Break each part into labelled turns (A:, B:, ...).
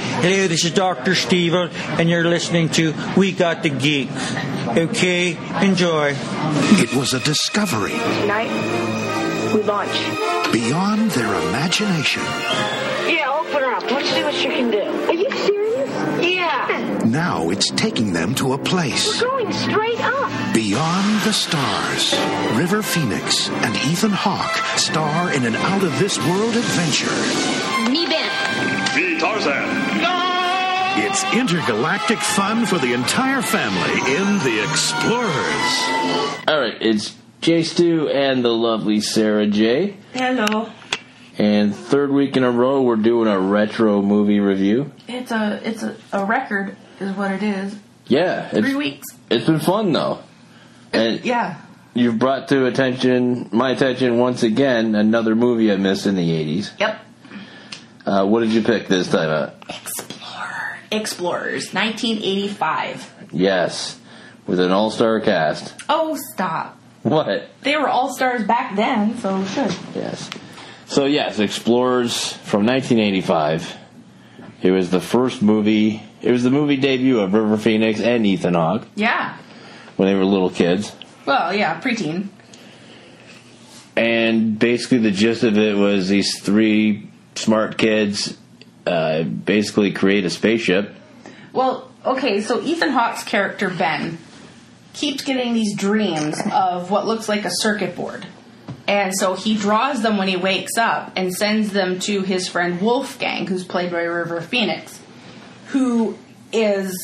A: Hello, this is Dr. Steven, and you're listening to We Got the Geek. Okay, enjoy.
B: It was a discovery
C: Tonight, we launch.
B: beyond their imagination.
C: Yeah, open her up. Let's see what she can do.
D: Are you serious?
C: Yeah.
B: Now it's taking them to a place
D: Going straight up.
B: beyond the stars. River Phoenix and Ethan Hawke star in an out of this world adventure.
D: Me Ben.
E: Me Tarzan.
B: It's intergalactic fun for the entire family in The Explorers.
F: All right, it's Jay Stu and the lovely Sarah J.
G: Hello.
F: And third week in a row, we're doing a retro movie review.
G: It's a it's a, a record is what it is.
F: Yeah,
G: Three
F: it's,
G: weeks.
F: it's been fun though, and
G: Yeah.
F: you've brought to attention my attention once again another movie I missed in the '80s.
G: Yep.
F: Uh, what did you pick this time? Uh,
G: Explorer. Explorers, 1985.
F: yes, with an all-star cast.
G: Oh, stop.
F: What?
G: They were all stars back then, so should.
F: Yes. So yes, Explorers from 1985. It was the first movie. It was the movie debut of River Phoenix and Ethan Hawke
G: Yeah.
F: when they were little kids.
G: Well, yeah, preteen.
F: And basically, the gist of it was these three smart kids uh, basically create a spaceship.
G: Well, okay, so Ethan Hawke's character Ben keeps getting these dreams of what looks like a circuit board. And so he draws them when he wakes up and sends them to his friend Wolfgang, who's played by River Phoenix, who is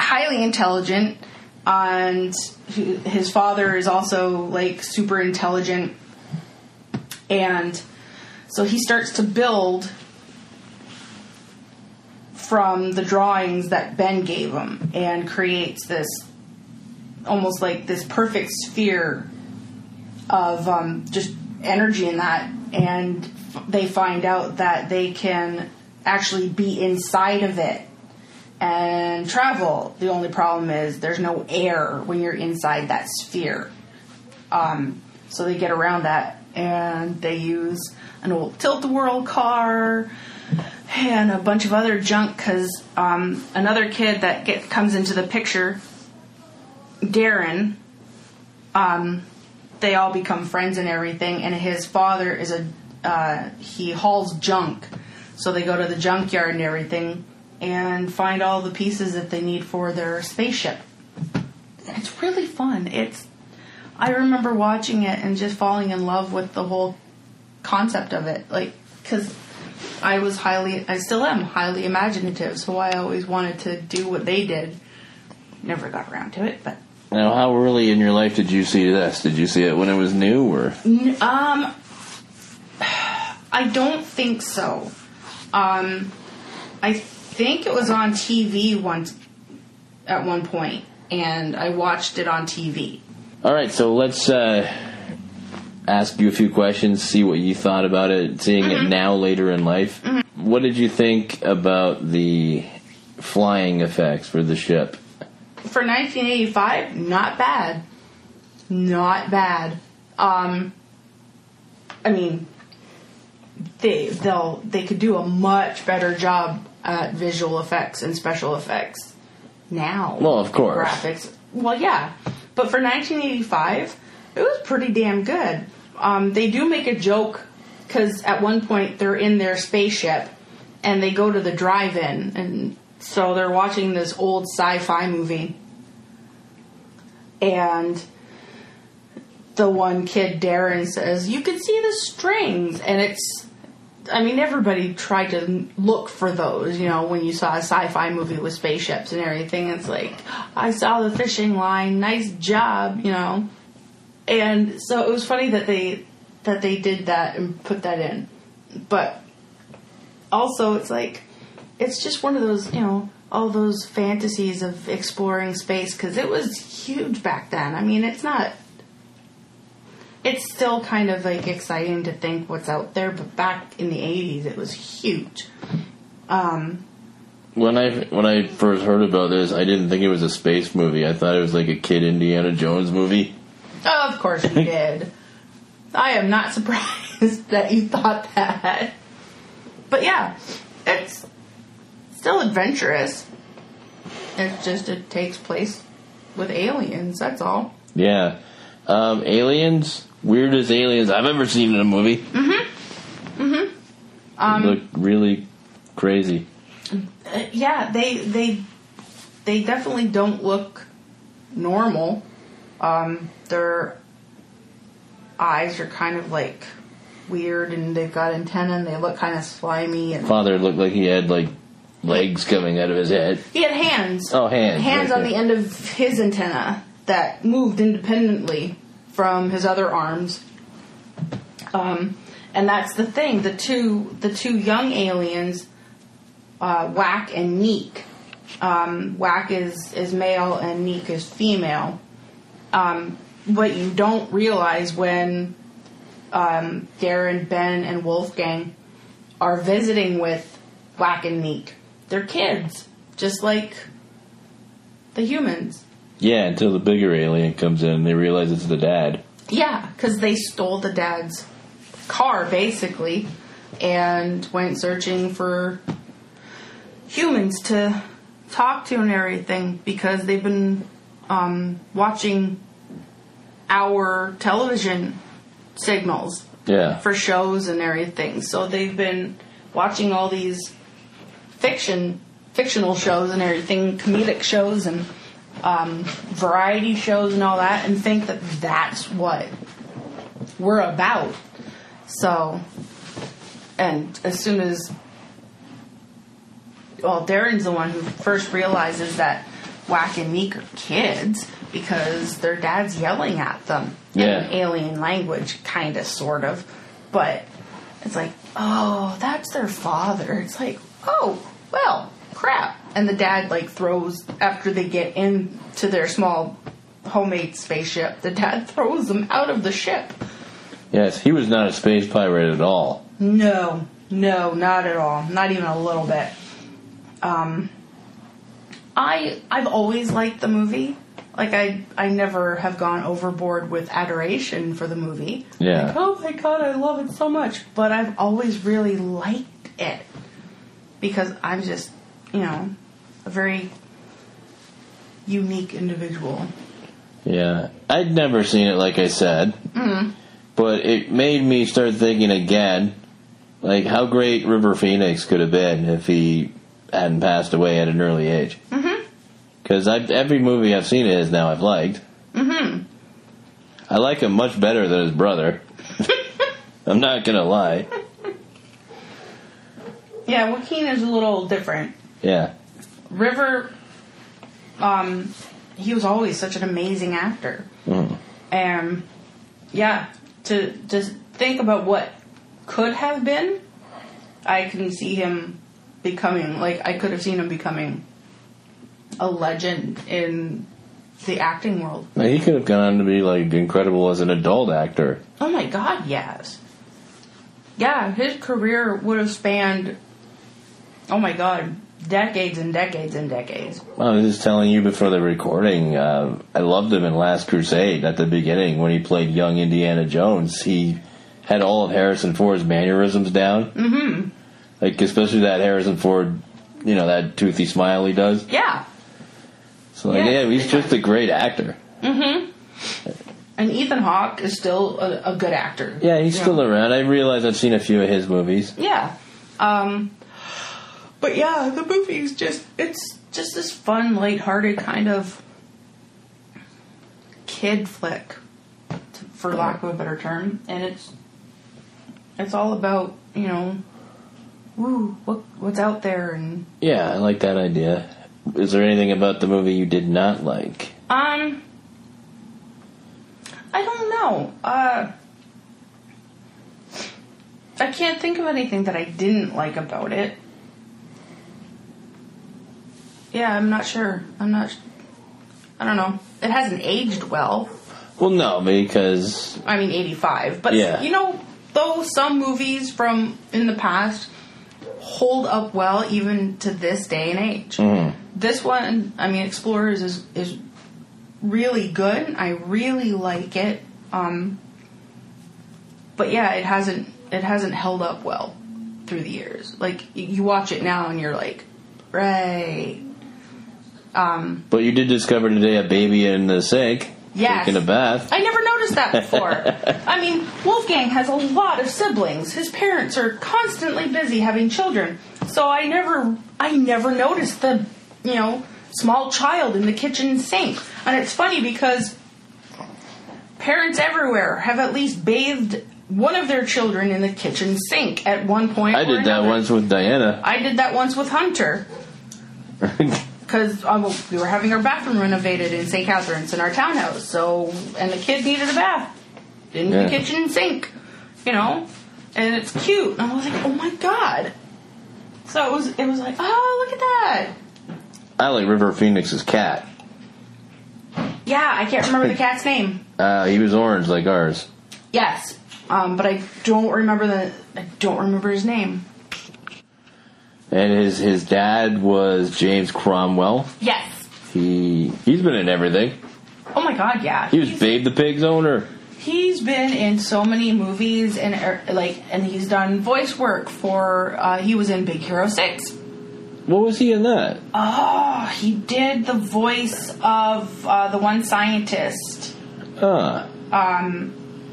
G: highly intelligent and who- his father is also like super intelligent. And so he starts to build from the drawings that Ben gave him and creates this almost like this perfect sphere of um, just energy in that. And they find out that they can actually be inside of it and travel. The only problem is there's no air when you're inside that sphere. Um, so they get around that and they use an old tilt a whirl car and a bunch of other junk because um, another kid that get, comes into the picture, Darren, um, they all become friends and everything, and his father is a uh, he hauls junk, so they go to the junkyard and everything and find all the pieces that they need for their spaceship. It's really fun. It's I remember watching it and just falling in love with the whole concept of it, like because I was highly, I still am highly imaginative, so I always wanted to do what they did. Never got around to it, but
F: Now, how early in your life did you see this? Did you see it when it was new, or
G: um, I don't think so. Um, I think it was on TV once at one point, and I watched it on TV.
F: All right, so let's uh, ask you a few questions, see what you thought about it, seeing it now later in life. What did you think about the flying effects for the ship?
G: for 1985, not bad. Not bad. Um, I mean, they they'll they could do a much better job at visual effects and special effects now.
F: Well, of course.
G: graphics. Well, yeah, but for 1985, it was pretty damn good. Um, they do make a joke because at one point they're in their spaceship and they go to the drive-in, and so they're watching this old sci-fi movie, and the one kid Darren says, "You can see the strings," and it's. I mean, everybody tried to look for those, you know, when you saw a sci fi movie with spaceships and everything. It's like, I saw the fishing line, nice job, you know. And so it was funny that they that they did that and put that in. But also it's like it's just one of those, you know, all those fantasies of exploring space cuz it was huge back then. I mean, it's not it's still kind of like exciting to think what's out there, but back in the 80s it was huge. Um,
F: When I when I first heard about this, I didn't think it was a space movie. I thought it was like a kid Indiana Jones movie.
G: of course you did. I am not surprised that you thought that. But yeah, it's still adventurous. It's just it takes place with aliens. That's all.
F: Yeah. Um, aliens, weirdest aliens I've ever seen in a movie. Mm-hmm. Mm-hmm. Um, look really crazy.
G: Uh, yeah, they they they definitely don't look normal. Um, their eyes are kind of like weird, and they've got antennae, and they look kind of slimy. And
F: Father looked like he had like legs coming out of his head.
G: he had hands.
F: Oh, hands,
G: Hands
F: right
G: on
F: there.
G: the end of his antenna that moved independently from his other arms. Um, and that's the thing. The two the two young aliens, uh, Whack and Neek. Um, Whack is is male and Neek is female. Um, what you don't realize when um, Darren, Ben, and Wolfgang are visiting with Whack and Neek, they're kids, just like the humans.
F: Yeah, until the bigger alien comes in and they realize it's the dad.
G: Yeah, because they stole the dad's car basically, and went searching for humans to talk to and everything because they've been um, watching our television signals
F: Yeah.
G: for shows and everything. So they've been watching all these fiction, fictional shows and everything, comedic shows and um, variety shows and all that, and think that that's what we're about. So, and as soon as, well, Darren's the one who first realizes that Whack and Meek are kids because their dad's yelling at them
F: Yeah.
G: in alien language, kind of, sort of. But it's like, oh, that's their father. It's like, oh, well, crap. And the dad, like, throws, after they get into their small homemade spaceship, the dad throws them out of the ship.
F: Yes, he was not a space pirate at all.
G: No, no, not at all. Not even a little bit. Um, I I've always liked the movie. Like I I never have gone overboard with adoration for the movie.
F: Yeah.
G: Like, oh my god, I love it so much. But I've always really liked it because I'm just you know a very unique individual.
F: Yeah, I'd never seen it, like I said, but it made me start thinking again, like how great River Phoenix could have been if he hadn't passed away at an early age. Because mm every movie I've seen of his now I've liked. Mm-hmm. I like him much better than his brother. I'm not gonna lie.
G: Yeah, Joaquin is a little different.
F: Yeah,
G: River, um, he was always such an amazing actor.
F: Mm-hmm.
G: And yeah, to just think about what could have been, I can see him becoming like I could have seen him becoming a legend in the acting world.
F: Like, he could have gone on to be like incredible as an adult actor.
G: Oh my god, yes. Yeah, his career would have spanned oh my god, decades and decades and decades.
F: I was just telling you before the recording. Uh, I loved him in Last Crusade at the beginning when he played young Indiana Jones. He had all of Harrison Ford's mannerisms down. Mm-hmm. Like especially that Harrison Ford, you know that toothy smile he does.
G: Yeah.
F: So like,
G: Yeah.
F: yeah, he's just a great actor.
G: And Ethan Hawke is still a, a good actor.
F: Yeah, he's still around. I realize I've seen a few of his movies.
G: Yeah. Um, but yeah, the movie's just it's just this fun, lighthearted kind of kid flick, t- for lack of a better term, and it's it's all about you know, woo, what what's out there, and
F: Yeah, I like that idea. Is there anything about the movie you did not like?
G: um, I don't know, uh. I can't think of anything that I didn't like about it. Yeah, I'm not sure. I'm not. I don't know. It hasn't aged well.
F: Well, no, because
G: I mean, 85. But
F: Yeah.
G: you know, though some movies from in the past hold up well even to this day and age. This one, I mean, Explorers is is really good. I really like it. Um, but yeah, it hasn't it hasn't held up well through the years. Like y- you watch it now and you're like, Right.
F: But you did discover today a baby in the sink
G: Yes.
F: taking a bath.
G: I never noticed that before. I mean, Wolfgang has a lot of siblings. His parents are constantly busy having children. So I never I never noticed the, you know, small child in the kitchen sink. And it's funny because parents everywhere have at least bathed one of their children in the kitchen sink at one point.
F: I
G: or
F: did that
G: another.
F: once with Diana.
G: I did that once with Hunter because uh, we were having our bathroom renovated in St. Catharines in our townhouse. So, and the kid needed a bath in
F: Yeah.
G: the kitchen sink, you know, and it's cute. And I was like, oh my god. So it was, it was like, oh look at that.
F: I like River Phoenix's cat.
G: Yeah, I can't remember the cat's name.
F: Uh, he was orange like ours.
G: Yes, um, but I don't remember the, I don't remember his name.
F: And his his dad was James Cromwell.
G: Yes.
F: He he's been in everything.
G: Oh my god, yeah.
F: He was
G: He's-
F: Babe the Pig's owner.
G: He's been in so many movies and er, like, and he's done voice work for. Uh, he was in Big Hero Six.
F: What was he in that?
G: Oh, he did the voice of uh, the one scientist, Um,
F: Uh,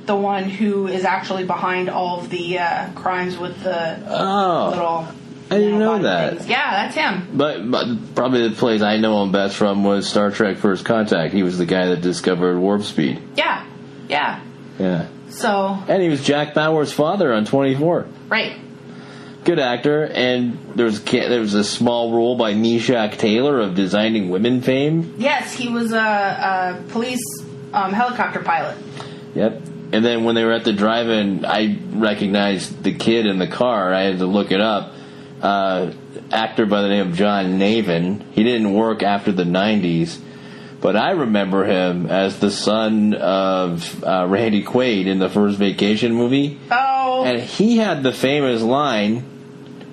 G: the one who is actually behind all of the uh, crimes with the
F: oh,
G: little.
F: I didn't know
G: nanobody
F: that.
G: things. Yeah, that's him.
F: But, but probably the place I know him best from was Star Trek: First Contact. He was the guy that discovered warp speed.
G: Yeah, yeah.
F: Yeah,
G: So
F: and he was Jack Bauer's father on Twenty Four.
G: right.
F: Good actor, and there was a ca- there was a small role by Nishak Taylor of Designing Women fame.
G: Yes, he was a, a police um, helicopter pilot.
F: Yep. And then when they were at the drive-in, I recognized the kid in the car. I had to look it up. Uh, actor by the name of John Navin. He didn't work after the '90s, but I remember him as the son of uh, Randy Quaid in the first Vacation movie.
G: Oh,
F: And he had the famous line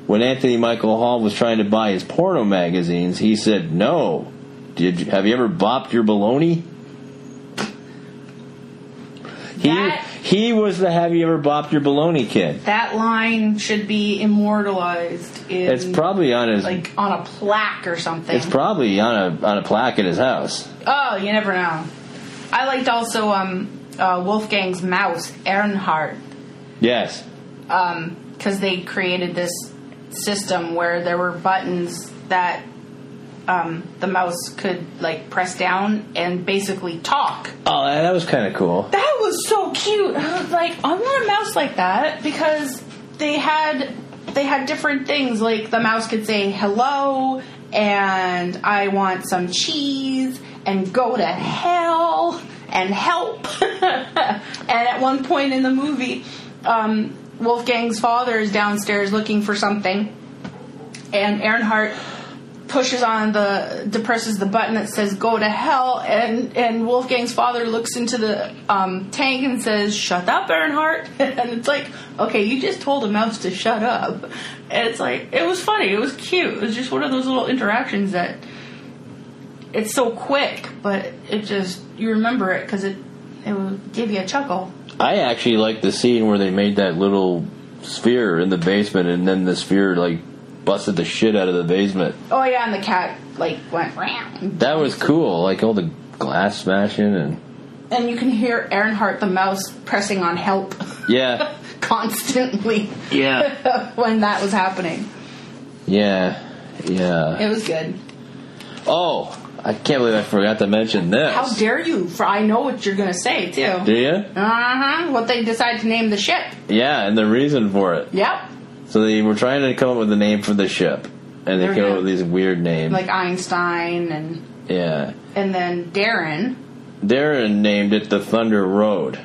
F: when Anthony Michael Hall was trying to buy his porno magazines. He said, "No, did you, have you ever bopped your baloney?" He
G: That-
F: he was the "Have you ever bopped your baloney" kid.
G: that line should be immortalized in
F: It's probably on his.
G: like on a plaque or something.
F: it's probably on a on a plaque at his house.
G: oh, you never know. I liked also um, uh, Wolfgang's mouse Earnhardt
F: Yes.
G: because they created this system where there were buttons that um, the mouse could like press down and basically talk.
F: Oh, that was kind of cool.
G: That was so cute. I was like, I want a mouse like that because they had they had different things. Like the mouse could say hello and I want some cheese and go to hell and help. and at one point in the movie, um, Wolfgang's father is downstairs looking for something, and Earnhardt pushes on the depresses the button that says go to hell and and wolfgang's father looks into the um, tank and says shut up earnhardt and it's like okay you just told a mouse to shut up and it's like it was funny it was cute it was just one of those little interactions that it's so quick but it just you remember it because it it will give you a chuckle
F: I actually like the scene where they made that little sphere in the basement, and then the sphere like busted the shit out of the basement.
G: oh yeah and the cat like went round
F: That was cool. Like all the glass smashing and
G: and you can hear earnhardt the mouse pressing on help
F: yeah,
G: constantly
F: yeah,
G: when that was happening.
F: yeah, yeah.
G: It was good.
F: Oh, I can't believe I forgot to mention this.
G: How dare you? For I know what you're gonna say
F: Do
G: too.
F: you?
G: Uh huh. What they decide to name the ship?
F: Yeah, and the reason for it.
G: Yep.
F: So they were trying to come up with a name for the ship, and they
G: They're
F: came up
G: gonna-
F: with these weird names.
G: Like Einstein and
F: yeah,
G: and then Darren.
F: Darren named it the Thunder Road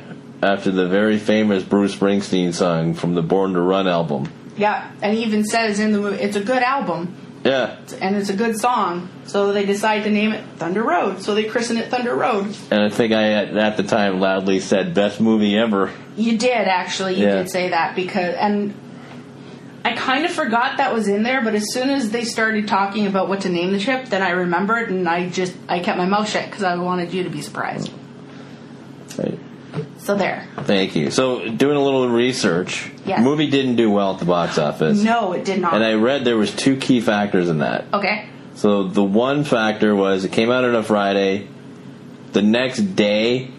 F: after the very famous Bruce Springsteen song from the Born to Run album.
G: Yep. And he even says in the movie, it's a good album
F: Yeah,
G: and it's a good song. So they decide to name it Thunder Road. So they christen it Thunder Road.
F: and I think I at, at the time loudly said best movie ever.
G: You did actually. You
F: Yeah.
G: did say that because and I kind of forgot that was in there, but as soon as they started talking about what to name the ship, then I remembered and I just I kept my mouth shut because I wanted you to be surprised.
F: Right.
G: So there.
F: Thank you. So, doing a little research,
G: Yes.
F: movie didn't do well at the box office.
G: No, it did not.
F: And I read there was two key factors in that.
G: okay.
F: So the one factor was it came out on a Friday. The next day,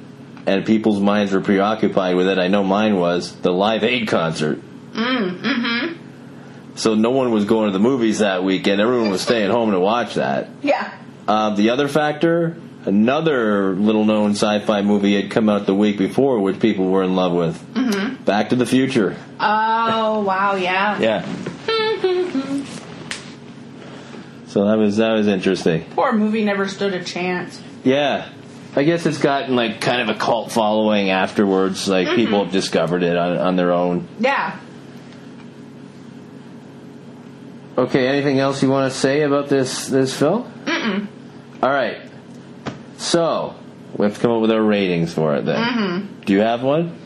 F: and people's minds were preoccupied with it. I know mine was the Live Aid concert. Mm, mm-hmm. So no one was going to the movies that weekend. Everyone was staying home to watch that.
G: Yeah.
F: Uh, the other factor, another little-known sci-fi movie had come out the week before, which people were in love with. Mm-hmm. Back to the Future.
G: Oh wow. Yeah.
F: Yeah. so that was that was interesting.
G: Poor movie never stood a chance.
F: Yeah. I guess it's gotten like kind of a cult following afterwards. Like people have discovered it on, on their own.
G: Yeah.
F: Okay, anything else you want to say about this this film? Mm-mm. All right. So we have to come up with our ratings for it then. Mm-hmm. Do you have one?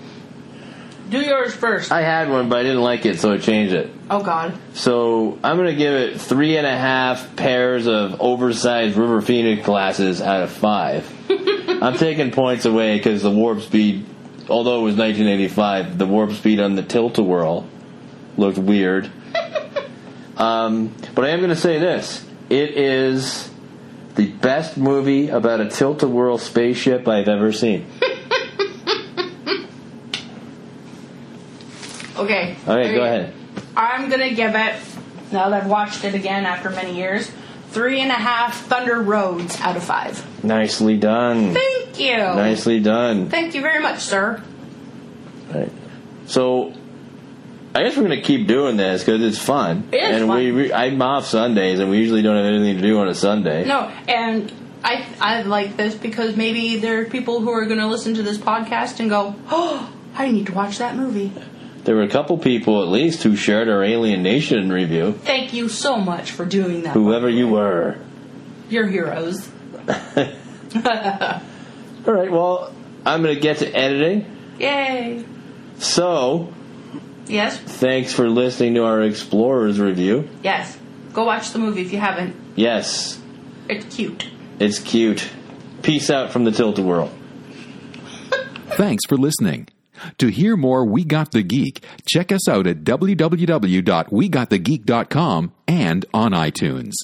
G: Do yours first.
F: I had one, but I didn't like it, so I changed it.
G: oh God.
F: So I'm gonna give it three and a half pairs of oversized River Phoenix glasses out of five. I'm taking points away because the warp speed, although it was 1985, the warp speed on the tilt a whirl looked weird. um, but I am gonna say this: it is the best movie about a tilt a whirl spaceship I've ever seen.
G: Okay.
F: All right,
G: Here
F: go
G: you-
F: ahead.
G: I'm gonna give it. Now that I've watched it again after many years, three and a half Thunder Roads out of five.
F: Nicely done.
G: Thank you.
F: Nicely done.
G: Thank you very much, sir.
F: Right. So, I guess we're gonna keep doing this because it's fun.
G: It is
F: and
G: fun.
F: we, we I'm off Sundays, and we usually don't have anything to do on a Sunday.
G: No, and I I like this because maybe there are people who are gonna listen to this podcast and go, oh, I need to watch that movie.
F: There were a couple people at least who shared our Alien Nation review.
G: Thank you so much for doing that.
F: Whoever you were.
G: You're heroes.
F: All right. Well, I'm gonna get to editing.
G: Yay.
F: So,
G: Yes.
F: thanks for listening to our Explorers review.
G: Yes. Go watch the movie if you haven't.
F: Yes,
G: It's cute.
F: it's cute. Peace out from the Tilt a Whirl.
E: Thanks for listening. To hear more We Got the Geek, check us out at www.wegotthegeek.com and on iTunes.